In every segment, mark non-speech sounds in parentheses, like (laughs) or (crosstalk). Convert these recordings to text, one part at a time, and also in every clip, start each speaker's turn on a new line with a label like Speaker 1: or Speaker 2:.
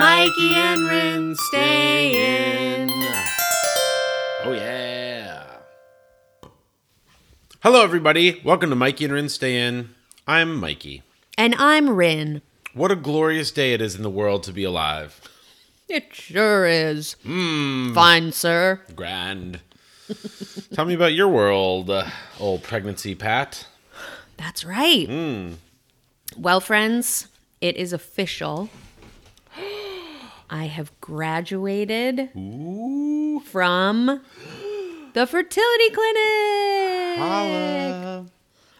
Speaker 1: Mikey and Rin stay in. Oh, yeah. Hello, everybody. Welcome to Mikey and Rin Stay In. I'm Mikey.
Speaker 2: And I'm Rin.
Speaker 1: What a glorious day it is in the world to be alive.
Speaker 2: It sure is. Fine, sir.
Speaker 1: (laughs) Grand. Tell me about your world, uh, old pregnancy Pat.
Speaker 2: That's right. Well, friends, it is official. I have graduated
Speaker 1: Ooh.
Speaker 2: from the fertility clinic.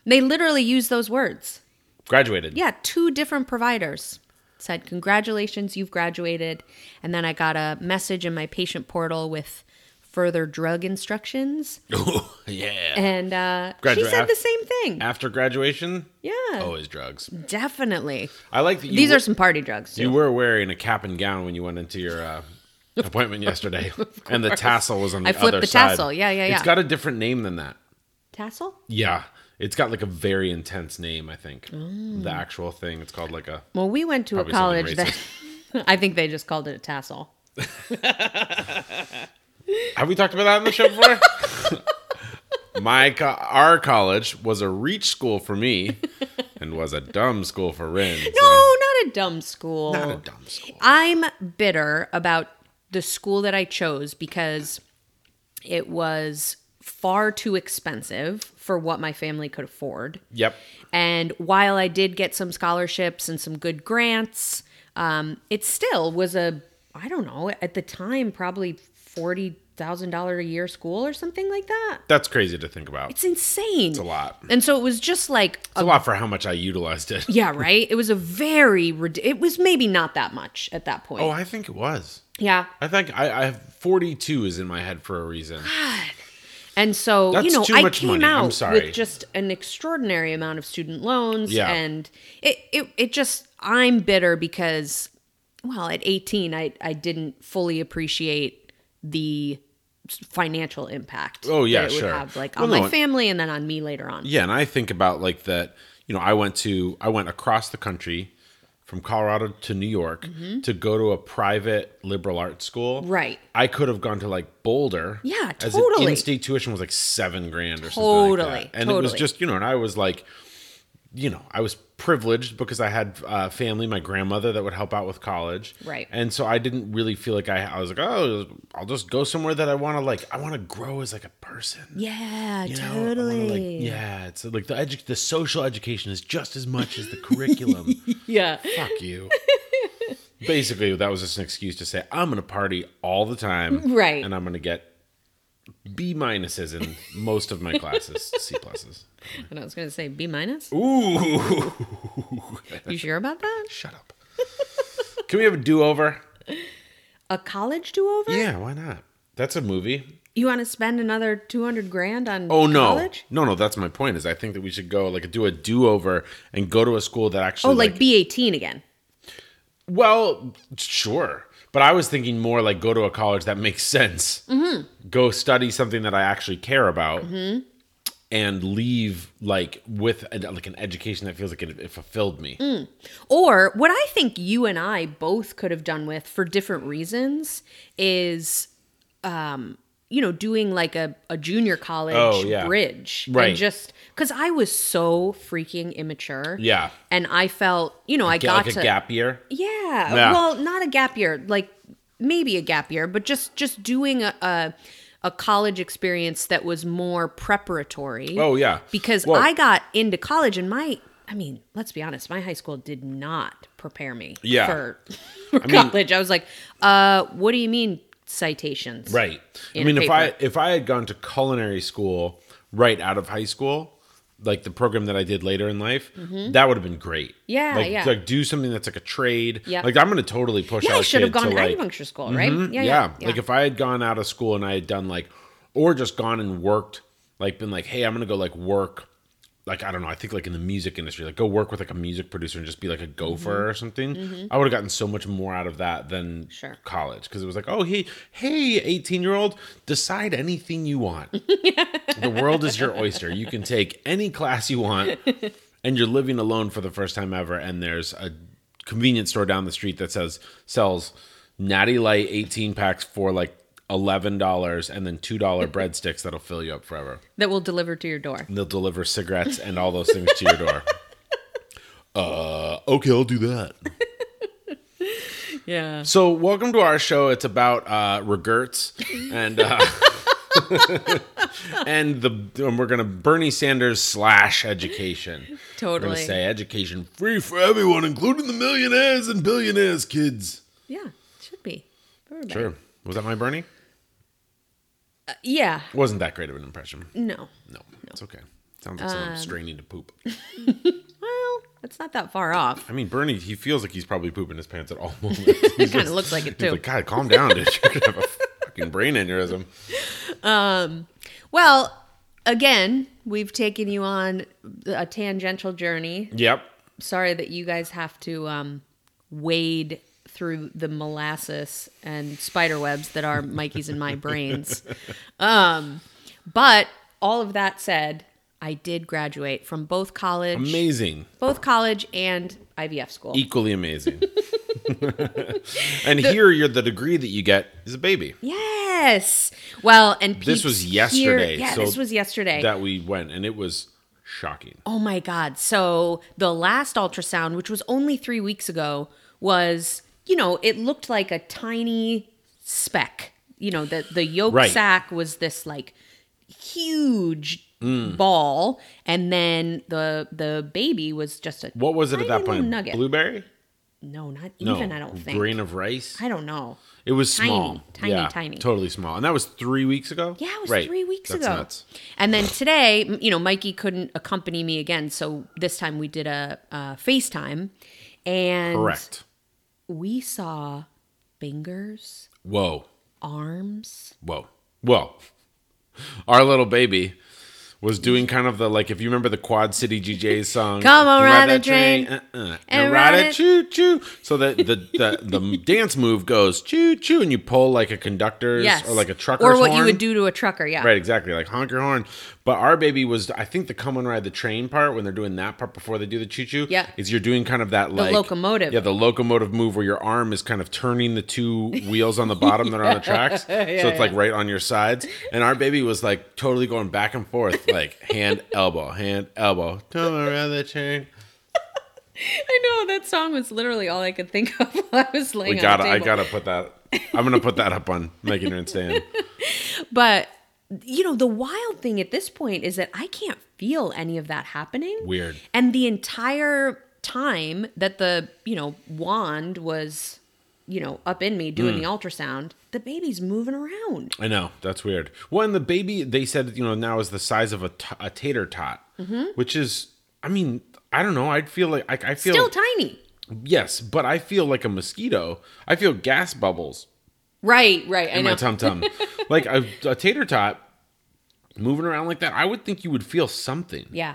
Speaker 2: They literally use those words.
Speaker 1: Graduated.
Speaker 2: Yeah, two different providers said, Congratulations, you've graduated. And then I got a message in my patient portal with further drug instructions.
Speaker 1: (laughs) yeah.
Speaker 2: And uh, she
Speaker 1: Graduate
Speaker 2: said
Speaker 1: af-
Speaker 2: the same thing.
Speaker 1: After graduation,
Speaker 2: yeah.
Speaker 1: always drugs.
Speaker 2: Definitely.
Speaker 1: I like that you
Speaker 2: These are some party drugs.
Speaker 1: You
Speaker 2: Too.
Speaker 1: were wearing a cap and gown when you went into your
Speaker 2: (laughs)
Speaker 1: uh, appointment yesterday, and the tassel was on the
Speaker 2: I flipped
Speaker 1: other
Speaker 2: the
Speaker 1: side.
Speaker 2: tassel. Yeah, yeah,
Speaker 1: It's
Speaker 2: yeah.
Speaker 1: got a different name than that.
Speaker 2: Tassel?
Speaker 1: Yeah, it's got like a very intense name. I think the
Speaker 2: Mm.
Speaker 1: actual thing. It's called like a.
Speaker 2: Well, we went to a
Speaker 1: Probably something
Speaker 2: college that (laughs) I think they just called it a tassel.
Speaker 1: Have we talked about that on the show before?
Speaker 2: (laughs)
Speaker 1: My co- our college was a reach school for
Speaker 2: (laughs)
Speaker 1: me, and was a dumb school for Rin. so-
Speaker 2: No, not a dumb school.
Speaker 1: not a dumb school.
Speaker 2: I'm bitter about the school that I chose because it was far too expensive for what my family could afford.
Speaker 1: Yep.
Speaker 2: And while I did get some scholarships and some good grants, um, it still was a, I don't know, at the time, probably $40,000 a year school or something like that.
Speaker 1: That's crazy to think about. It's
Speaker 2: It's insane.
Speaker 1: a lot.
Speaker 2: And so it was just like,
Speaker 1: a lot for how much I utilized it.
Speaker 2: yeah, right? It was a very, rid- it was maybe not that much at that point.
Speaker 1: Oh, I think it was.
Speaker 2: yeah.
Speaker 1: I think I, I have 42 is in my head for a reason.
Speaker 2: And so,
Speaker 1: That's
Speaker 2: you know,
Speaker 1: too
Speaker 2: I
Speaker 1: much
Speaker 2: came
Speaker 1: money. I'm
Speaker 2: out
Speaker 1: sorry.
Speaker 2: with just an extraordinary amount of student loans.
Speaker 1: Yeah.
Speaker 2: And it, it, it just, I'm bitter because, well, at 18, I, I didn't fully appreciate the s- financial impact.
Speaker 1: Oh, yeah,
Speaker 2: that it
Speaker 1: sure.
Speaker 2: Would have, like
Speaker 1: Well,
Speaker 2: on
Speaker 1: no,
Speaker 2: my
Speaker 1: it-
Speaker 2: family and then on me later on.
Speaker 1: Yeah, and I think about like that, you know, I went to I went across the country from Colorado to New York to go to a private liberal arts school.
Speaker 2: Mm-hmm. Right.
Speaker 1: I could have gone to like Boulder.
Speaker 2: Yeah,
Speaker 1: As an
Speaker 2: totally.
Speaker 1: in-state tuition was like 7 grand or something like
Speaker 2: Totally,
Speaker 1: that. And it was
Speaker 2: totally.
Speaker 1: just, you know, and I was like you know, I was privileged because I had uh, family, my grandmother that would help out with college.
Speaker 2: Right.
Speaker 1: And so I didn't really feel like I, I was like, oh, I'll just go somewhere that I want to like, I want to grow as like a person.
Speaker 2: Yeah,
Speaker 1: You know, I wanna,
Speaker 2: totally.
Speaker 1: like, yeah, it's like the edu- the social education is just as much as the curriculum.
Speaker 2: (laughs) yeah.
Speaker 1: Fuck you. Basically, that was just an excuse to say I'm going to party all the time,
Speaker 2: Right.
Speaker 1: And I'm going to get B minuses in most of my classes,
Speaker 2: (laughs)
Speaker 1: C pluses.
Speaker 2: And I was going to say B minus.
Speaker 1: Ooh,
Speaker 2: You sure about that?
Speaker 1: shut up. Can we have a do over?
Speaker 2: A college do over?
Speaker 1: Yeah, why not? That's a movie.
Speaker 2: You want to spend another 200 grand on
Speaker 1: Oh no,
Speaker 2: college?
Speaker 1: no, no. That's my point. Is I think that we should go like do a do over and go to a school that actually
Speaker 2: Oh, like B18 again.
Speaker 1: Well, sure. But I was thinking more like go to a college that makes sense.
Speaker 2: Mm-hmm.
Speaker 1: Go study something that I actually care about. And leave like with a, like an education that feels like it, it fulfilled me.
Speaker 2: Mm. Or what I think you and I both could have done with for different reasons is, um, you know, doing like a, a junior college
Speaker 1: Oh, yeah.
Speaker 2: bridge.
Speaker 1: Right.
Speaker 2: And just because I was so freaking immature.
Speaker 1: Yeah,
Speaker 2: And I felt, you know, I
Speaker 1: Get,
Speaker 2: got
Speaker 1: like
Speaker 2: to.
Speaker 1: a gap year.
Speaker 2: Yeah.
Speaker 1: Yeah.
Speaker 2: Well, not a gap year, like maybe a gap year, but just just doing a a, a college experience that was more preparatory.
Speaker 1: Oh yeah,
Speaker 2: because
Speaker 1: Well,
Speaker 2: I got into college and my I mean, let's be honest, my high school did not prepare me
Speaker 1: Yeah.
Speaker 2: for, (laughs) for college. I was like, uh, what do you mean citations?
Speaker 1: right. I
Speaker 2: in a
Speaker 1: mean, if I
Speaker 2: paper.
Speaker 1: if I had gone to culinary school right out of high school, like the program that I did later in life, that would have been great.
Speaker 2: Mm-hmm. Yeah,
Speaker 1: like,
Speaker 2: yeah.
Speaker 1: Like do something that's like a trade.
Speaker 2: Yeah.
Speaker 1: Like I'm going to totally push.
Speaker 2: Yeah,
Speaker 1: our
Speaker 2: I should have
Speaker 1: kid to,
Speaker 2: gone to
Speaker 1: like,
Speaker 2: acupuncture school, right?
Speaker 1: yeah, Like if I had gone out of school and I had done like, or just gone and worked, like been like, hey, I'm gonna go like work, like I don't know, I think like in the music industry, like go work with like a music producer and just be like a gopher or something. I would have gotten so much more out of that than
Speaker 2: Sure.
Speaker 1: college because it was like, oh hey, hey, 18 year old, decide anything you (laughs) want. the world is your oyster. You can (laughs) take any class you want, and you're living alone for the first time ever, and there's a convenience store down the street that says sells Natty Light 18 packs for like $11 and then $2 breadsticks that'll fill you up forever.
Speaker 2: that will deliver to your door.
Speaker 1: And they'll deliver cigarettes and all those things to your door. Uh, okay, I'll do that.
Speaker 2: Yeah.
Speaker 1: So, welcome to our show. It's about uh, regrets and uh, (laughs) and the and we're gonna Bernie Sanders slash education. We're
Speaker 2: Totally.
Speaker 1: gonna say education free for everyone, including the millionaires and billionaires, kids.
Speaker 2: Yeah. Should be. For everybody.
Speaker 1: Sure. Was that my Bernie?
Speaker 2: Uh, yeah.
Speaker 1: Wasn't that great of an impression?
Speaker 2: No. Um,
Speaker 1: No, it's okay. Sounds like someone straining to poop.
Speaker 2: Well, it's not that
Speaker 1: (laughs)
Speaker 2: far off.
Speaker 1: I mean, Bernie, he feels like he's probably pooping his pants at all (laughs)
Speaker 2: (laughs)
Speaker 1: moments. He's
Speaker 2: It kind of looks like it too.
Speaker 1: like, God, calm down, dude. (laughs) You're gonna have a fucking brain aneurysm.
Speaker 2: Well, again, we've taken you on a tangential journey.
Speaker 1: Yep.
Speaker 2: Sorry that you guys have to um, wade through the molasses and spider webs that are Mikey's and
Speaker 1: (laughs)
Speaker 2: my brains. Um, but all of that said, I did graduate from both college,
Speaker 1: Amazing.
Speaker 2: both college and IVF school.
Speaker 1: equally
Speaker 2: (laughs)
Speaker 1: amazing. and here, you're the degree that you get is a baby
Speaker 2: yes. Well, and
Speaker 1: This was
Speaker 2: peeps
Speaker 1: yesterday,
Speaker 2: Here, yeah,
Speaker 1: so
Speaker 2: this was yesterday.
Speaker 1: that we went, and it was shocking.
Speaker 2: Oh my God. So the last ultrasound, which was only three weeks ago, was, you know, it looked like a tiny speck. You know, the, the yolk
Speaker 1: Right.
Speaker 2: sac was this like huge ball. And then the the baby was just a
Speaker 1: What was it at that
Speaker 2: tiny little
Speaker 1: point?
Speaker 2: Nugget.
Speaker 1: Blueberry?
Speaker 2: no, not
Speaker 1: No,
Speaker 2: even, I don't think.
Speaker 1: Grain of rice.
Speaker 2: I don't know.
Speaker 1: it was
Speaker 2: Tiny,
Speaker 1: small,
Speaker 2: tiny,
Speaker 1: Yeah,
Speaker 2: tiny.
Speaker 1: totally small, and that was three weeks ago.
Speaker 2: Yeah, it was
Speaker 1: Right.
Speaker 2: three weeks
Speaker 1: That's
Speaker 2: ago.
Speaker 1: nuts.
Speaker 2: And then today, m- you know, Mikey couldn't accompany me again. So this time we did a, a FaceTime. And
Speaker 1: Correct.
Speaker 2: we saw fingers,
Speaker 1: Whoa,
Speaker 2: arms.
Speaker 1: whoa, whoa! (laughs) Our little baby was doing kind of the like if you remember the Quad City GJ's song.
Speaker 2: Come on, ride the
Speaker 1: that uh-uh, and ride
Speaker 2: ride
Speaker 1: it
Speaker 2: it-
Speaker 1: choo choo. So that the the, the (laughs) dance move goes choo choo, and you pull like a conductor's
Speaker 2: Yes.
Speaker 1: or like a trucker's
Speaker 2: Or what you
Speaker 1: horn.
Speaker 2: would do to a trucker, yeah.
Speaker 1: Right, exactly. Like honk your horn. But our baby was, I think, the come and ride the train part when they're doing that part before they do the choo choo.
Speaker 2: Yeah.
Speaker 1: is you're doing kind of that like
Speaker 2: locomotive.
Speaker 1: Yeah, the locomotive move where your arm is kind of turning the two wheels on the bottom that are on
Speaker 2: (laughs)
Speaker 1: the tracks. so it's like right on your sides. And our baby was like totally going back and forth, like
Speaker 2: (laughs)
Speaker 1: hand elbow, hand elbow, come around the train.
Speaker 2: I know that song was literally all I could think of (laughs) while I was laying
Speaker 1: We
Speaker 2: on
Speaker 1: gotta,
Speaker 2: the
Speaker 1: I
Speaker 2: table.
Speaker 1: gotta put that. I'm gonna put that up on making her stand.
Speaker 2: But you know, the wild thing at this point is that I can't feel any of that happening.
Speaker 1: Weird.
Speaker 2: And the entire time that the, you know, wand was, you know, up in me
Speaker 1: Hmm.
Speaker 2: doing the ultrasound, the baby's moving around.
Speaker 1: I know that's weird. Well, and the baby they said you know now is the size of a, t- a tater tot,
Speaker 2: Mm-hmm.
Speaker 1: which is I mean I don't know. I'd feel like I, I feel
Speaker 2: Still tiny.
Speaker 1: yes, but I feel like a mosquito. I feel gas bubbles
Speaker 2: Right, right. I
Speaker 1: in my
Speaker 2: know.
Speaker 1: tum
Speaker 2: (laughs)
Speaker 1: tum, like a, a tater tot moving around like that. I would think you would feel something.
Speaker 2: Yeah.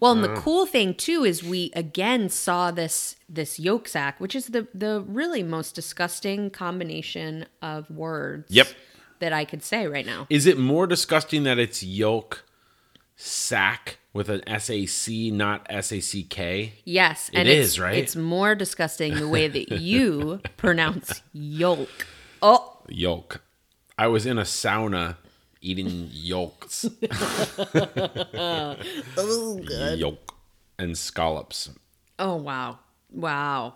Speaker 2: Well, and the cool thing too is we again saw this this yolk sac, which is the the really most disgusting combination of words.
Speaker 1: Yep.
Speaker 2: That I could say right now.
Speaker 1: Is it more disgusting that it's yolk sac with an S A C, not S A C K?
Speaker 2: Yes,
Speaker 1: It
Speaker 2: it's-
Speaker 1: is, right?
Speaker 2: It's more disgusting the
Speaker 1: (laughs)
Speaker 2: way that you pronounce yolk. Oh,
Speaker 1: Yolk. I was in a sauna eating yolks. Yolk and scallops.
Speaker 2: oh wow, wow.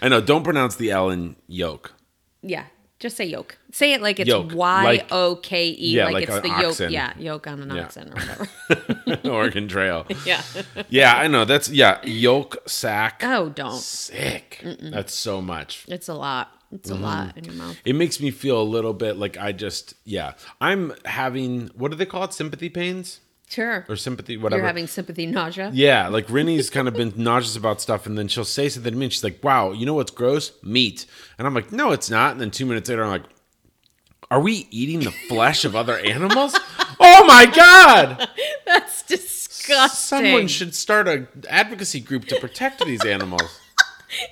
Speaker 1: I know, don't pronounce the L in yolk. (laughs)
Speaker 2: Yeah, just say yolk. Say it like it's
Speaker 1: Yolk,
Speaker 2: Y
Speaker 1: like-
Speaker 2: O K E,
Speaker 1: yeah,
Speaker 2: like,
Speaker 1: like
Speaker 2: it's
Speaker 1: an
Speaker 2: the
Speaker 1: oxen.
Speaker 2: yolk. Yeah, yolk on an
Speaker 1: Yeah.
Speaker 2: oxen or
Speaker 1: (laughs)
Speaker 2: whatever.
Speaker 1: Oregon Trail.
Speaker 2: yeah. (laughs)
Speaker 1: Yeah, I know. That's yeah, yolk sac.
Speaker 2: Oh, don't.
Speaker 1: Sick. That's so much.
Speaker 2: It's a lot. It's
Speaker 1: Mm-hmm.
Speaker 2: a lot in your mouth.
Speaker 1: It makes me feel a little bit like I just yeah. I'm having what do they call it? Sympathy pains?
Speaker 2: Sure.
Speaker 1: Or sympathy whatever.
Speaker 2: You're having sympathy nausea.
Speaker 1: Yeah, like Rennie's kind of been nauseous about stuff, and then she'll say something to me, and she's like, "Wow, you know what's gross? Meat." And I'm like, "No, it's not." And then two minutes later, I'm like, "Are we eating the flesh of other animals?" oh my god!
Speaker 2: (laughs) That's disgusting. (laughs)
Speaker 1: Someone should start a advocacy group to protect these animals.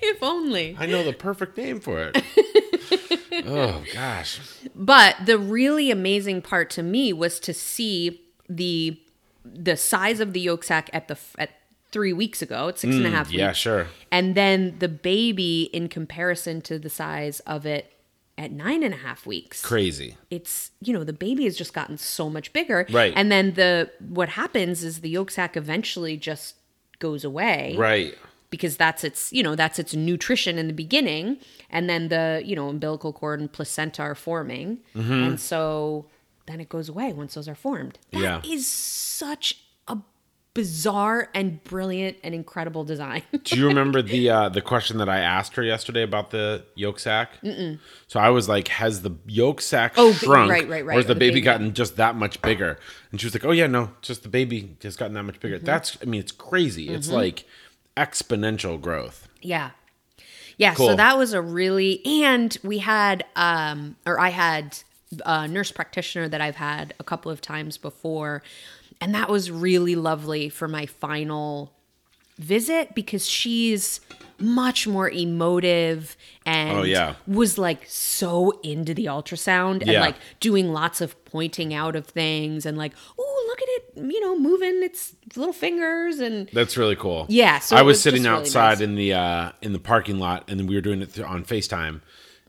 Speaker 2: if only.
Speaker 1: I know the perfect name for it. oh gosh,
Speaker 2: But the really amazing part to me was to see the the size of the yolk sac at the f- at three weeks ago. It's six and a half
Speaker 1: Mm, Yeah,
Speaker 2: weeks.
Speaker 1: sure.
Speaker 2: And then the baby, in comparison to the size of it at nine and a half weeks,
Speaker 1: Crazy.
Speaker 2: it's you know the baby has just gotten so much bigger.
Speaker 1: Right.
Speaker 2: And then the what happens is the yolk sac eventually just goes away
Speaker 1: Right.
Speaker 2: because that's its you know that's its nutrition in the beginning and then the you know umbilical cord and placenta are forming and so then it goes away once those are formed That is
Speaker 1: Yeah.
Speaker 2: such a bizarre and brilliant and incredible design (laughs)
Speaker 1: Do you remember the uh, the question that I asked her yesterday about the yolk sac? Mm-mm. So I was like, "Has the yolk sac
Speaker 2: Oh, b-
Speaker 1: shrunk,
Speaker 2: right, right, right,
Speaker 1: or has the,
Speaker 2: the
Speaker 1: baby,
Speaker 2: baby.
Speaker 1: gotten just that much bigger?" And she was like, "Oh yeah, no, just the baby has gotten that much bigger."
Speaker 2: Mm-hmm.
Speaker 1: That's, I mean, it's crazy. It's like exponential growth.
Speaker 2: yeah yeah
Speaker 1: Cool.
Speaker 2: so that was a really and we had um or i had a nurse practitioner that i've had a couple of times before and that was really lovely for my final visit because she's much more emotive and
Speaker 1: Oh, yeah.
Speaker 2: was like so into the ultrasound and
Speaker 1: Yeah.
Speaker 2: like doing lots of pointing out of things and like oh look at it you know moving its little fingers and
Speaker 1: That's really cool.
Speaker 2: Yeah, so
Speaker 1: I
Speaker 2: it
Speaker 1: was,
Speaker 2: was
Speaker 1: sitting
Speaker 2: just really
Speaker 1: outside
Speaker 2: nice.
Speaker 1: in the uh, in the parking lot, and then we were doing it th- on Facetime,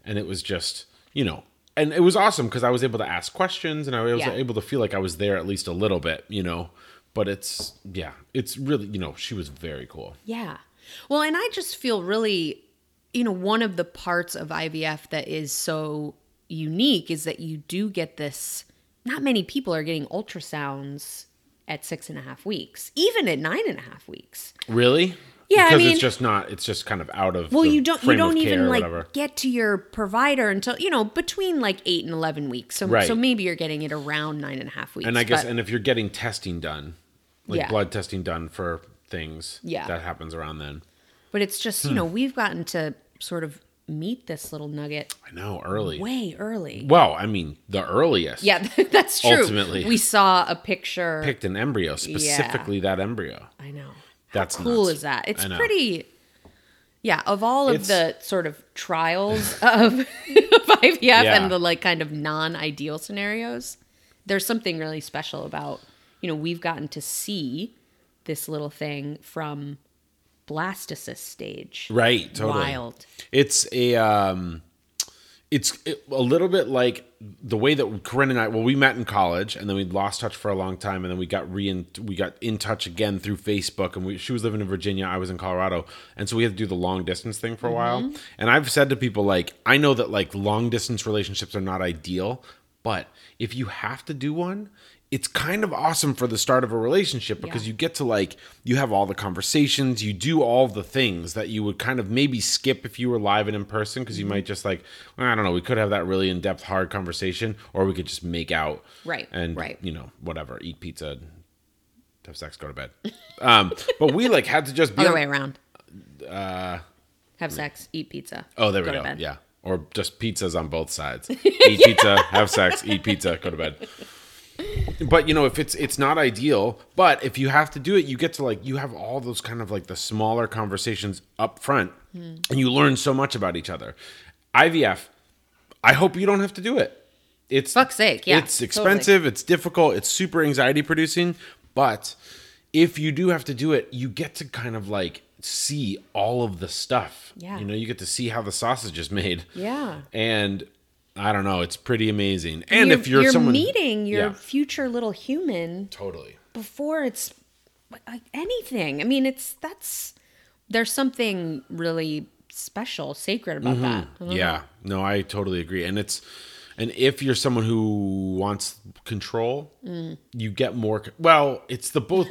Speaker 1: and it was just you know, and it was awesome because I was able to ask questions, and I was
Speaker 2: Yeah.
Speaker 1: able to feel like I was there at least a little bit, you know. But it's yeah, it's really you know, she was very cool.
Speaker 2: Yeah. Well, and I just feel really, you know, one of the parts of IVF that is so unique is that you do get this. Not many people are getting ultrasounds at six and a half weeks, even at nine and a half weeks.
Speaker 1: Really?
Speaker 2: Yeah, I
Speaker 1: because
Speaker 2: mean-
Speaker 1: it's just not. It's just kind of out of
Speaker 2: Well,
Speaker 1: the
Speaker 2: you don't you
Speaker 1: frame of
Speaker 2: don't
Speaker 1: care
Speaker 2: even
Speaker 1: or
Speaker 2: like
Speaker 1: whatever.
Speaker 2: get to your provider until you know between like eight and eleven weeks. So
Speaker 1: Right.
Speaker 2: so maybe you're getting it around nine and a half weeks.
Speaker 1: And I guess
Speaker 2: but-
Speaker 1: and if you're getting testing done, like
Speaker 2: Yeah.
Speaker 1: blood testing done for things,
Speaker 2: Yeah.
Speaker 1: that happens around then.
Speaker 2: but it's just
Speaker 1: Hmm.
Speaker 2: you know we've gotten to sort of meet this little nugget
Speaker 1: I know early.
Speaker 2: way early.
Speaker 1: Well, I mean, the earliest.
Speaker 2: Yeah, (laughs) that's true.
Speaker 1: Ultimately.
Speaker 2: we saw a picture.
Speaker 1: picked an embryo, specifically that embryo.
Speaker 2: I know.
Speaker 1: That's
Speaker 2: How cool
Speaker 1: nuts.
Speaker 2: is that? It's
Speaker 1: I know.
Speaker 2: pretty. Yeah, of all of
Speaker 1: It's-
Speaker 2: the sort of trials (laughs) of, of IVF
Speaker 1: Yeah.
Speaker 2: and the like kind of non ideal scenarios, there's something really special about, you know, we've gotten to see this little thing from blastocyst stage.
Speaker 1: Right, totally.
Speaker 2: Wild.
Speaker 1: It's a um it's a little bit like the way that Corinne and I well we met in college and then we lost touch for a long time and then we got re in, we got in touch again through Facebook and we, she was living in Virginia I was in Colorado and so we had to do the long distance thing for a
Speaker 2: Mm-hmm.
Speaker 1: while and I've said to people like I know that like long distance relationships are not ideal but if you have to do one it's kind of awesome for the start of a relationship because
Speaker 2: Yeah.
Speaker 1: you get to like you have all the conversations you do all the things that you would kind of maybe skip if you were live and in person because you
Speaker 2: Mm-hmm.
Speaker 1: might just like "Well, i don't know we could have that really in-depth hard conversation or we could just make out
Speaker 2: Right,
Speaker 1: and
Speaker 2: right.
Speaker 1: you know whatever eat pizza have sex go to bed um but we like had to just
Speaker 2: (laughs)
Speaker 1: be
Speaker 2: Other
Speaker 1: on-
Speaker 2: way around. Uh, Have sex, eat pizza.
Speaker 1: Oh, there we
Speaker 2: to
Speaker 1: go.
Speaker 2: bed.
Speaker 1: Yeah. Or just pizzas on both sides. Eat pizza, (laughs) have sex, eat pizza, go to bed. But you know, if it's it's not ideal, but if you have to do it, you get to like you have all those kind of like the smaller conversations up front
Speaker 2: Hmm.
Speaker 1: and you learn so much about each other. IVF, I hope you don't have to do it. It's
Speaker 2: Fuck's sake, yeah,
Speaker 1: It's
Speaker 2: totally.
Speaker 1: expensive, it's difficult, it's super anxiety producing, but if you do have to do it, you get to kind of like see all of the stuff.
Speaker 2: Yeah.
Speaker 1: You know, you get to see how the sausage is made.
Speaker 2: Yeah.
Speaker 1: And I don't know, it's pretty amazing. And
Speaker 2: you're,
Speaker 1: if you're, someone
Speaker 2: meeting your
Speaker 1: Yeah.
Speaker 2: future little human
Speaker 1: totally.
Speaker 2: before it's like anything. I mean, it's that's there's something really special, sacred about
Speaker 1: Mm-hmm.
Speaker 2: that.
Speaker 1: Yeah. No, I totally agree. And it's and if you're someone who wants control,
Speaker 2: Mm.
Speaker 1: you get more c- well, it's the both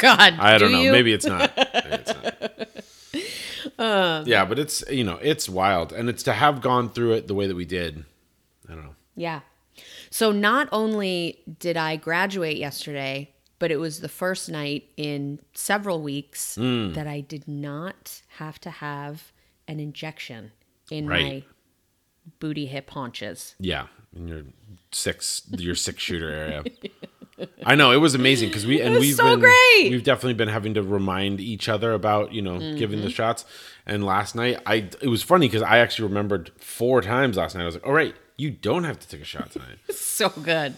Speaker 2: (laughs) God,
Speaker 1: I don't
Speaker 2: do
Speaker 1: know.
Speaker 2: you?
Speaker 1: Maybe it's not.
Speaker 2: (laughs)
Speaker 1: Maybe it's not.
Speaker 2: Um,
Speaker 1: yeah, but it's you know it's wild, and it's to have gone through it the way that we did. I don't know.
Speaker 2: Yeah. So not only did I graduate yesterday, but it was the first night in several weeks
Speaker 1: Mm.
Speaker 2: that I did not have to have an injection in my
Speaker 1: Right.
Speaker 2: booty hip haunches. (laughs)
Speaker 1: Yeah, in your six your six shooter
Speaker 2: (laughs)
Speaker 1: area. I know it was amazing because we and
Speaker 2: was
Speaker 1: we've
Speaker 2: so
Speaker 1: been
Speaker 2: great.
Speaker 1: we've definitely been having to remind each other about you know giving
Speaker 2: Mm-hmm.
Speaker 1: the shots. And last night I it was funny because I actually remembered four times last night. I was like, all right, you don't have to take a shot tonight.
Speaker 2: So good.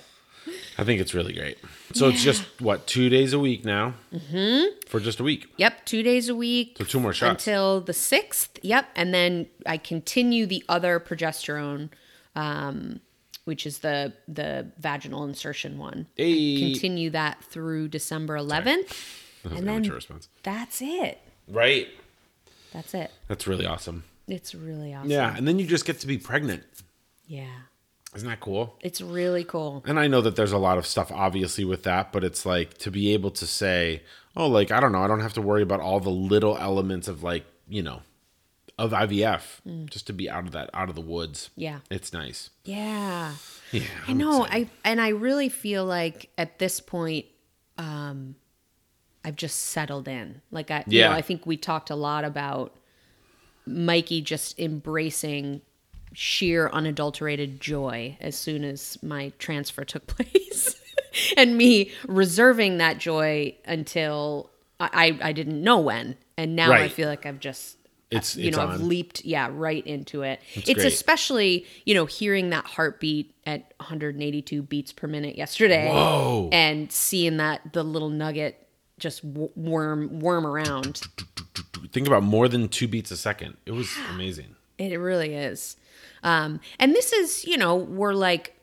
Speaker 1: I think it's really great. So it's just what two days a week now mm-hmm. for just a week.
Speaker 2: Yep, two days a week.
Speaker 1: So two more shots.
Speaker 2: until the sixth. Yep, and then I continue the other progesterone, um, which is the the vaginal insertion one. I
Speaker 1: Hey.
Speaker 2: Continue that through December 11th,
Speaker 1: That was an
Speaker 2: and
Speaker 1: amateur
Speaker 2: then
Speaker 1: response.
Speaker 2: that's it.
Speaker 1: Right.
Speaker 2: That's it.
Speaker 1: That's really awesome.
Speaker 2: It's really awesome.
Speaker 1: Yeah, and then you just get to be pregnant.
Speaker 2: Yeah.
Speaker 1: Isn't that cool?
Speaker 2: It's really cool.
Speaker 1: And I know that there's a lot of stuff obviously with that, but it's like to be able to say, oh, like, I don't know, I don't have to worry about all the little elements of like, you know, of IVF just to be out of that, out of the woods.
Speaker 2: Mm. Yeah.
Speaker 1: It's nice.
Speaker 2: Yeah.
Speaker 1: Yeah.
Speaker 2: I know. I and I really feel like at this point, um, I've just settled in. Like I, you
Speaker 1: Yeah.
Speaker 2: know, I think we talked a lot about Mikey just embracing sheer unadulterated joy as soon as my transfer took (laughs) place, and me reserving that joy until I I, I didn't know when, and now I
Speaker 1: Right.
Speaker 2: feel like I've just
Speaker 1: It's-
Speaker 2: you
Speaker 1: it's
Speaker 2: know I've
Speaker 1: on.
Speaker 2: leaped yeah right into it it's,
Speaker 1: great.
Speaker 2: especially you know hearing that heartbeat at 182 beats per minute yesterday
Speaker 1: Whoa.
Speaker 2: and seeing that the little nugget just w- worm worm around
Speaker 1: Think about more than two beats a second. It
Speaker 2: (gasps)
Speaker 1: was amazing.
Speaker 2: it really is um and this is you know we're like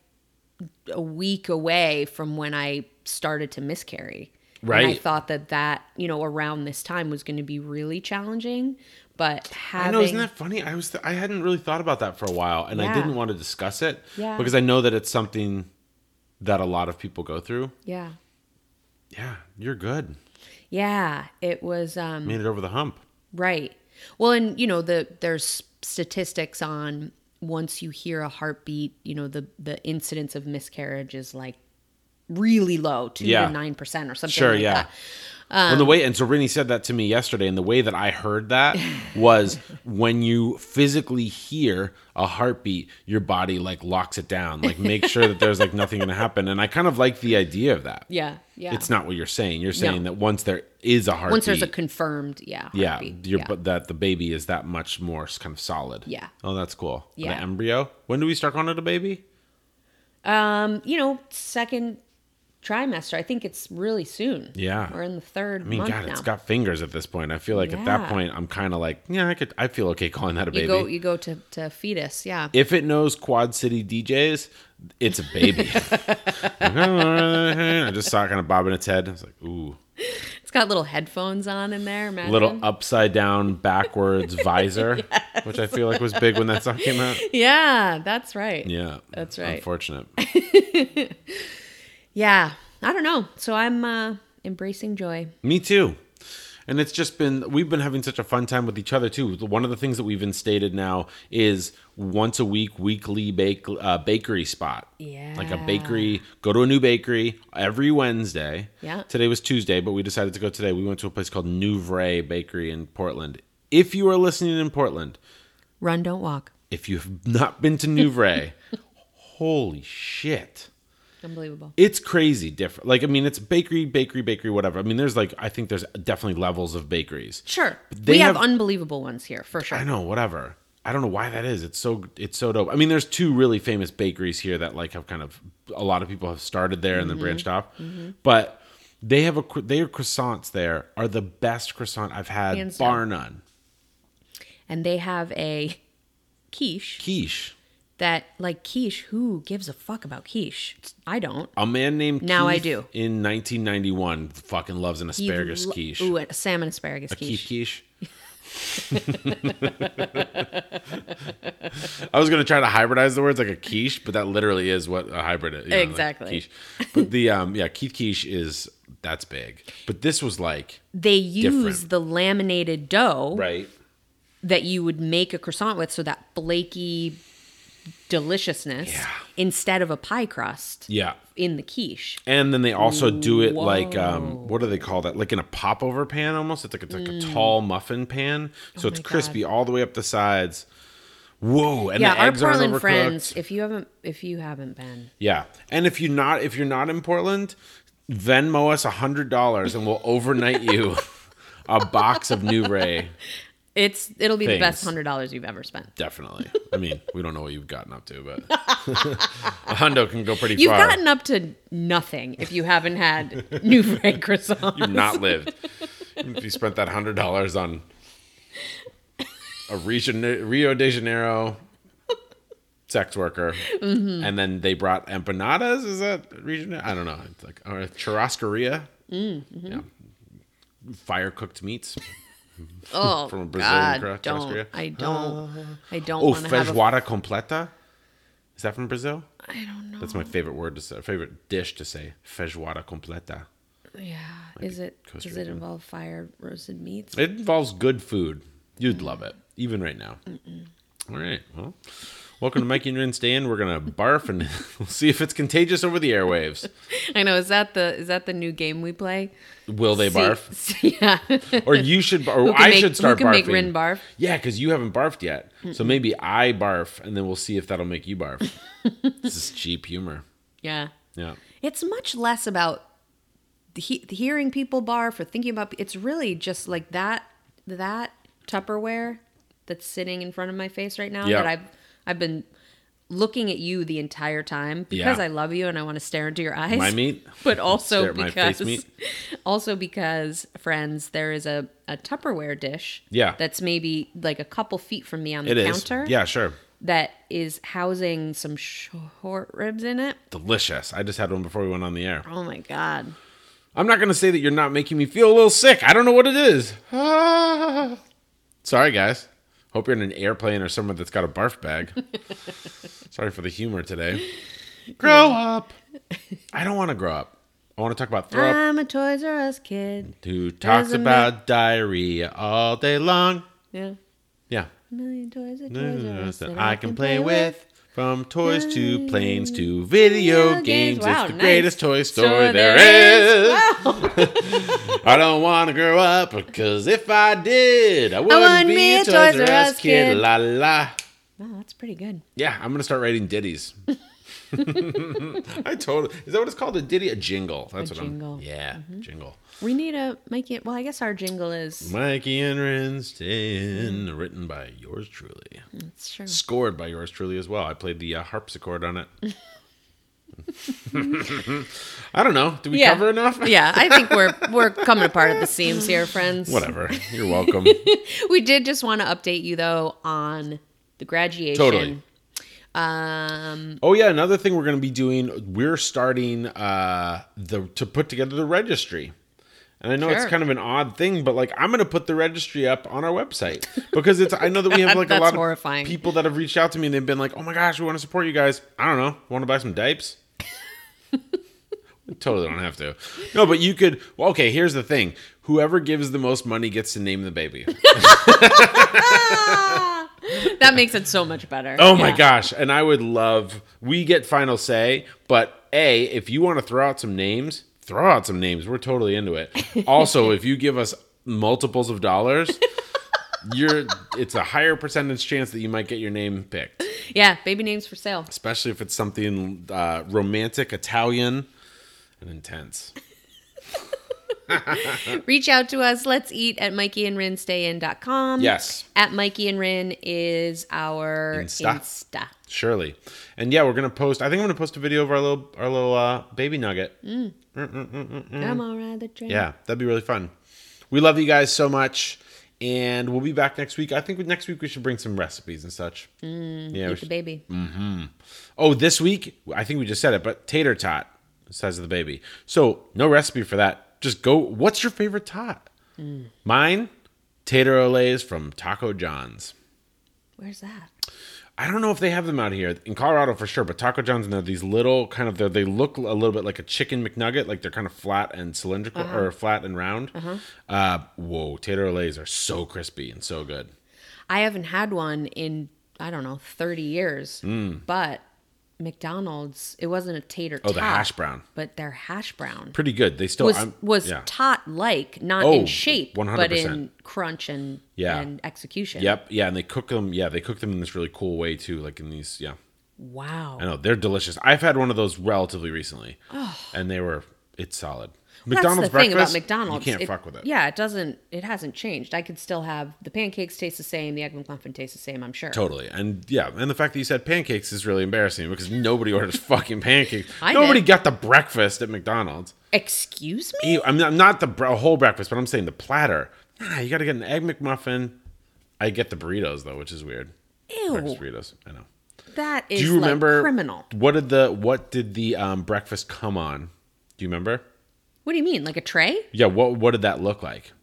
Speaker 2: a week away from when i started to miscarry And i
Speaker 1: Right.
Speaker 2: thought that that you know around this time was going to be really challenging but having
Speaker 1: I know, isn't that funny? I was I hadn't really thought about that for a while, and
Speaker 2: Yeah.
Speaker 1: I didn't want to discuss it
Speaker 2: Yeah.
Speaker 1: because I know that it's something that a lot of people go through.
Speaker 2: yeah
Speaker 1: Yeah, you're good.
Speaker 2: yeah it was um
Speaker 1: Made it over the hump.
Speaker 2: Right. Well, and you know the there's statistics on once you hear a heartbeat, you know the the incidence of miscarriage is like really low, two
Speaker 1: Yeah.
Speaker 2: to nine percent or something.
Speaker 1: Sure,
Speaker 2: like
Speaker 1: yeah.
Speaker 2: that. Um,
Speaker 1: and the way, and so Rennie said that to me yesterday, and the way that I heard
Speaker 2: (laughs)
Speaker 1: that was when you physically hear a heartbeat, your body like locks it down, like make sure that there's like nothing going to happen. And I kind of like the idea of that.
Speaker 2: Yeah, yeah.
Speaker 1: It's not what you're saying. You're saying that once there is a heartbeat,
Speaker 2: once there's a confirmed yeah
Speaker 1: yeah,
Speaker 2: heartbeat,
Speaker 1: your,
Speaker 2: yeah.
Speaker 1: but that the baby is that much more kind of solid.
Speaker 2: Yeah.
Speaker 1: Oh, that's cool. An
Speaker 2: Yeah.
Speaker 1: embryo. When do we start calling it a baby?
Speaker 2: um you know second trimester. I think it's really soon.
Speaker 1: Yeah.
Speaker 2: we're in the third.
Speaker 1: I mean,
Speaker 2: month
Speaker 1: God,
Speaker 2: now.
Speaker 1: it's got fingers at this point. I feel like at
Speaker 2: Yeah.
Speaker 1: that point, I'm kind of like, yeah, I could, I feel okay calling that a
Speaker 2: you
Speaker 1: baby.
Speaker 2: go you go to to fetus. Yeah.
Speaker 1: if it knows Quad City DJs, it's a
Speaker 2: (laughs)
Speaker 1: baby. (laughs) I just saw it kind of bobbing its head. I was like, ooh,
Speaker 2: it's got little headphones on in there. Imagine.
Speaker 1: little upside down backwards visor, which I feel like was big when that song came out.
Speaker 2: (laughs) Yeah, that's right.
Speaker 1: Yeah,
Speaker 2: That's right.
Speaker 1: Unfortunate.
Speaker 2: Yeah, I don't know. So I'm uh, embracing joy.
Speaker 1: Me too. And it's just been we've been having such a fun time with each other too. One of the things that we've instated now is once a week weekly bake uh, bakery spot. Like a
Speaker 2: Yeah.
Speaker 1: bakery, go to a new bakery every Wednesday.
Speaker 2: Yeah.
Speaker 1: Today was Tuesday, but we decided to go today. We went to a place called Nouvre Bakery in Portland. If you are listening in Portland,
Speaker 2: Run, don't walk.
Speaker 1: if you have not been to
Speaker 2: (laughs)
Speaker 1: Nouvre, holy shit.
Speaker 2: Unbelievable.
Speaker 1: It's crazy different. Like I mean, it's bakery, bakery, bakery, whatever. I mean, there's like I think there's definitely levels of bakeries.
Speaker 2: Sure,
Speaker 1: they
Speaker 2: we have,
Speaker 1: have-
Speaker 2: unbelievable ones here for sure.
Speaker 1: I know, whatever. I don't know why that is. It's so it's so dope. I mean, there's two really famous bakeries here that like have kind of a lot of people have started there and then
Speaker 2: Mm-hmm.
Speaker 1: branched off. But they have a cro- their croissants there are the best croissant I've had
Speaker 2: Hands down.
Speaker 1: bar none.
Speaker 2: And they have a quiche
Speaker 1: Quiche.
Speaker 2: that, like quiche, who gives a fuck about quiche? I don't.
Speaker 1: A man named
Speaker 2: Now I
Speaker 1: Keith
Speaker 2: do.
Speaker 1: in 1991 fucking loves an
Speaker 2: He
Speaker 1: asparagus
Speaker 2: lo-
Speaker 1: quiche.
Speaker 2: Ooh, a salmon asparagus
Speaker 1: Keith
Speaker 2: quiche.
Speaker 1: quiche. (laughs) I was gonna try to hybridize the words like a quiche, but that literally is what a hybrid is. you know, like
Speaker 2: Exactly.
Speaker 1: quiche. But the um, yeah, Keith quiche is that's big. But this was like
Speaker 2: They use
Speaker 1: Different.
Speaker 2: the laminated dough
Speaker 1: right.
Speaker 2: that you would make a croissant with, so that flaky deliciousness
Speaker 1: Yeah.
Speaker 2: instead of a pie crust
Speaker 1: Yeah.
Speaker 2: in the quiche.
Speaker 1: And then they also do it like um, what do they call that? Like in a popover pan almost. It's like it's like a tall muffin pan, so it's
Speaker 2: Mm. Oh my God.
Speaker 1: crispy all the way up the sides. Whoa! And
Speaker 2: yeah,
Speaker 1: the
Speaker 2: our
Speaker 1: eggs aren't
Speaker 2: Portland
Speaker 1: overcooked.
Speaker 2: friends, if you haven't if you haven't been,
Speaker 1: Yeah, and if you're not if you're not in Portland, Venmo us a hundred dollars and we'll overnight you a box of New Ray
Speaker 2: It's it'll be the best
Speaker 1: Things.
Speaker 2: hundred dollars you've ever spent.
Speaker 1: Definitely. I mean, we don't know what you've gotten up to, but (laughs) a hundo can go pretty
Speaker 2: You've
Speaker 1: far.
Speaker 2: gotten up to nothing if you haven't
Speaker 1: (laughs)
Speaker 2: had new Frank croissants.
Speaker 1: You've not lived. if you spent that hundred dollars on a region, Rio de Janeiro sex worker,
Speaker 2: Mm-hmm.
Speaker 1: and then they brought empanadas. Is that region? I don't know. It's like or a churrascaria.
Speaker 2: Mm-hmm.
Speaker 1: Yeah. Fire cooked
Speaker 2: (laughs)
Speaker 1: meats.
Speaker 2: oh,
Speaker 1: from a Brazilian
Speaker 2: God,
Speaker 1: cra-
Speaker 2: don't,
Speaker 1: crostria.
Speaker 2: I don't. I don't
Speaker 1: Oh,
Speaker 2: want to have. A,
Speaker 1: feijoada completa. Is that from Brazil?
Speaker 2: I don't know.
Speaker 1: That's my favorite word to say. Favorite dish to say. Feijoada completa.
Speaker 2: Yeah, is it?
Speaker 1: Costa
Speaker 2: Does it
Speaker 1: Rican.
Speaker 2: involve fire roasted meats?
Speaker 1: It involves good food. You'd love it, even right now. All right. Well, welcome to Mikey and Rin's Stand. We're gonna barf and (laughs) we'll see if it's contagious over the airwaves.
Speaker 2: I know. Is that the is that the new game we play?
Speaker 1: Will they
Speaker 2: See-
Speaker 1: barf?
Speaker 2: see- (laughs) yeah.
Speaker 1: Or you should, bar- or
Speaker 2: can
Speaker 1: I
Speaker 2: make-
Speaker 1: should start
Speaker 2: who can
Speaker 1: barfing.
Speaker 2: make Rin barf?
Speaker 1: Yeah, because you haven't barfed yet. So maybe I barf, and then we'll see if that'll make you
Speaker 2: (laughs)
Speaker 1: barf. this is cheap humor.
Speaker 2: yeah.
Speaker 1: Yeah.
Speaker 2: It's much less about the he- the hearing people barf or thinking about. It's really just like that that Tupperware that's sitting in front of my face right now
Speaker 1: Yeah.
Speaker 2: that I've I've been looking at you the entire time because
Speaker 1: Yeah.
Speaker 2: I love you and I want to stare into your eyes.
Speaker 1: My meat.
Speaker 2: (laughs) but also
Speaker 1: Stare at my face
Speaker 2: because
Speaker 1: meat.
Speaker 2: also because friends there is a, a tupperware dish
Speaker 1: Yeah.
Speaker 2: that's maybe like a couple feet from me on the
Speaker 1: It is.
Speaker 2: counter
Speaker 1: Yeah, sure.
Speaker 2: that is housing some short ribs in it
Speaker 1: Delicious. I just had one before we went on the air.
Speaker 2: oh my god
Speaker 1: I'm not going to say that you're not making me feel a little sick. I don't know what it (sighs) is. Ah. Sorry, guys. Hope you're in an airplane or somewhere that's got a barf (laughs) bag. Sorry for the humor (laughs) today. Grow up. I don't want to grow up. I want to talk about throw up.
Speaker 2: i'm a toys r us kid
Speaker 1: Who talks
Speaker 2: Doesn't
Speaker 1: about diarrhea all day long?
Speaker 2: yeah
Speaker 1: Yeah.
Speaker 2: a million toys at toys r us that
Speaker 1: I can play with. From toys to planes to video games,
Speaker 2: Wow,
Speaker 1: it's the
Speaker 2: nice.
Speaker 1: greatest toy store, there is.
Speaker 2: (laughs) Wow.
Speaker 1: I don't want to grow up because if I did, I wouldn't
Speaker 2: wouldn't
Speaker 1: be, a Toys R Us kid.
Speaker 2: kid.
Speaker 1: La la.
Speaker 2: wow that's pretty good
Speaker 1: Yeah, I'm gonna start writing (laughs) ditties. I told. Is that what it's called? A ditty? A jingle? Mm-hmm. That's
Speaker 2: A
Speaker 1: what
Speaker 2: jingle.
Speaker 1: I'm. Yeah, jingle.
Speaker 2: we need a make it well i guess our jingle is
Speaker 1: Mikey and Rinston, written by yours truly,
Speaker 2: it's true
Speaker 1: scored by yours truly as well. I played the uh, harpsichord on (laughs) it. I don't know. Did we
Speaker 2: Yeah.
Speaker 1: cover enough?
Speaker 2: (laughs) yeah i think we're we're coming apart at the seams here friends
Speaker 1: Whatever. You're (laughs) welcome.
Speaker 2: We did just want to update you though on the graduation.
Speaker 1: Totally.
Speaker 2: Um,
Speaker 1: Oh yeah, another thing we're going to be doing. We're starting uh, the to put together the registry, and I know it's
Speaker 2: Sure.
Speaker 1: kind of an odd thing, but like I'm going to put the registry up on our website because it's. I know that we
Speaker 2: (laughs)
Speaker 1: have like a
Speaker 2: That's
Speaker 1: lot
Speaker 2: horrifying.
Speaker 1: of people that have reached out to me and they've been like, "Oh my gosh, we want to support you guys. I don't know, want to buy some diapers." (laughs) totally don't have to. No, but you could. Well, okay, here's the thing: whoever gives the most money gets to name the baby.
Speaker 2: (laughs) that makes it so much better.
Speaker 1: Oh my
Speaker 2: Yeah.
Speaker 1: gosh. And I would love we get final say, but A, if you want to throw out some names, throw out some names. We're totally into it. Also, if you give us multiples of dollars, (laughs) you're it's a higher percentage chance that you might get your name picked.
Speaker 2: Yeah, baby names for sale.
Speaker 1: Especially if it's something uh, romantic, Italian, and intense.
Speaker 2: Reach out to us. Let's eat at Mikey and Rin stayin.com.
Speaker 1: Yes.
Speaker 2: At Mikey and Rin is our
Speaker 1: Insta.
Speaker 2: Insta.
Speaker 1: Surely. And yeah, we're gonna post I think I'm gonna post a video of our little our little uh, baby nugget.
Speaker 2: I'm all right, the train.
Speaker 1: Mm. Yeah, that'd be really fun. We love you guys so much, and we'll be back next week. I think next week we should bring some recipes and such. yeah. we
Speaker 2: Eat the
Speaker 1: should-
Speaker 2: baby.
Speaker 1: Oh, this week I think we just said it, but tater tot size of the baby. So no recipe for that. Just go. What's your favorite tot? Mine, tater olays from Taco John's.
Speaker 2: Where's that?
Speaker 1: I don't know if they have them out here in Colorado for sure, but Taco John's and they're these little kind of they're- they look a little bit like a chicken McNugget, like they're kind of flat and cylindrical
Speaker 2: Uh-huh.
Speaker 1: or flat and round. uh whoa, tater olays are so crispy and so good.
Speaker 2: I haven't had one in I don't know 30 years. But McDonald's, it wasn't a tater.
Speaker 1: Mm. Oh, the
Speaker 2: tot,
Speaker 1: hash brown.
Speaker 2: But their hash brown.
Speaker 1: Pretty good. They still
Speaker 2: was
Speaker 1: I'm-
Speaker 2: was
Speaker 1: yeah.
Speaker 2: tot like, not
Speaker 1: Oh,
Speaker 2: in shape, but
Speaker 1: 100%.
Speaker 2: in crunch and
Speaker 1: Yeah.
Speaker 2: and execution.
Speaker 1: Yep, yeah, and they cook them. Yeah, they cook them in this really cool way too, like in these. Yeah,
Speaker 2: Wow.
Speaker 1: I know they're delicious. I've had one of those relatively recently, and they were it's solid. McDonald's
Speaker 2: Oh. That's the thing about
Speaker 1: breakfast,
Speaker 2: McDonald's.
Speaker 1: you can't
Speaker 2: It-
Speaker 1: fuck with it.
Speaker 2: Yeah, it doesn't. It hasn't changed. I could still have the pancakes taste the same. The egg McMuffin tastes the same. I'm sure.
Speaker 1: Totally. And yeah, and the fact that you said pancakes is really embarrassing because nobody (laughs) orders fucking pancakes.
Speaker 2: I
Speaker 1: nobody
Speaker 2: did.
Speaker 1: got the breakfast at McDonald's.
Speaker 2: Excuse me.
Speaker 1: Ew, I'm not, not the br- whole breakfast, but I'm saying the platter. Nah, you got to get an egg McMuffin. I get the burritos though, which is weird. Breakfast
Speaker 2: Ew,
Speaker 1: burritos. I know.
Speaker 2: that is
Speaker 1: Do you remember
Speaker 2: like criminal.
Speaker 1: What did the what did the um, breakfast come on? Do you remember?
Speaker 2: What do you mean? Like a tray?
Speaker 1: Yeah, what what did that look like?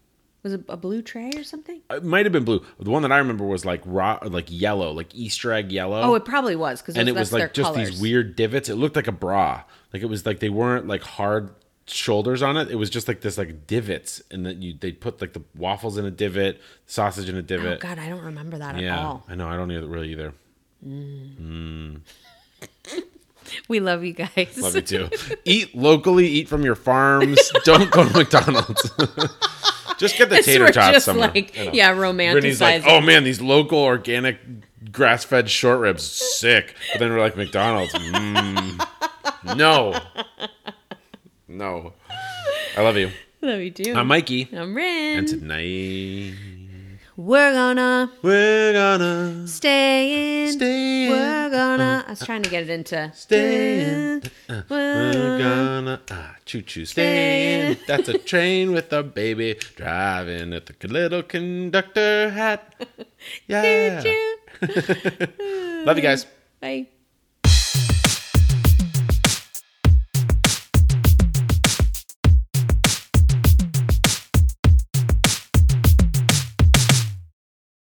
Speaker 2: Was it a blue tray or something?
Speaker 1: It might have been blue. The one that I remember was like raw, like yellow, like Easter egg yellow.
Speaker 2: Oh, it probably was because
Speaker 1: and it was
Speaker 2: that's their
Speaker 1: like just
Speaker 2: colors.
Speaker 1: these weird divots. It looked like a bra. Like it was like they weren't like hard shoulders on it. It was just like this like divots, and then you they put like the waffles in a divot, sausage in a
Speaker 2: Oh
Speaker 1: divot.
Speaker 2: God, Oh. I don't remember that
Speaker 1: yeah,
Speaker 2: at all.
Speaker 1: I know. I don't either, really either.
Speaker 2: We love you guys. (laughs)
Speaker 1: Love you too. eat locally. Eat from your farms. don't go to McDonald's. (laughs) just get the tater
Speaker 2: we're
Speaker 1: tots
Speaker 2: just
Speaker 1: somewhere.
Speaker 2: like
Speaker 1: I know.
Speaker 2: yeah,
Speaker 1: Brittany's like,
Speaker 2: romanticizing.
Speaker 1: oh man, these local organic grass fed short ribs, sick. But then we're like, McDonald's, mm, no, no. I love you.
Speaker 2: love you too.
Speaker 1: I'm Mikey, and
Speaker 2: I'm Rin.
Speaker 1: tonight
Speaker 2: We're gonna
Speaker 1: we're gonna
Speaker 2: stay in.
Speaker 1: stay. in. Uh-huh.
Speaker 2: We're gonna. I was trying to get it into.
Speaker 1: Stay in. Uh-huh. We're
Speaker 2: We're
Speaker 1: gonna ah, choo choo stay in. That's a train with a baby driving with a little (laughs) conductor hat. Yeah,
Speaker 2: gonna-
Speaker 1: love you guys.
Speaker 2: Bye.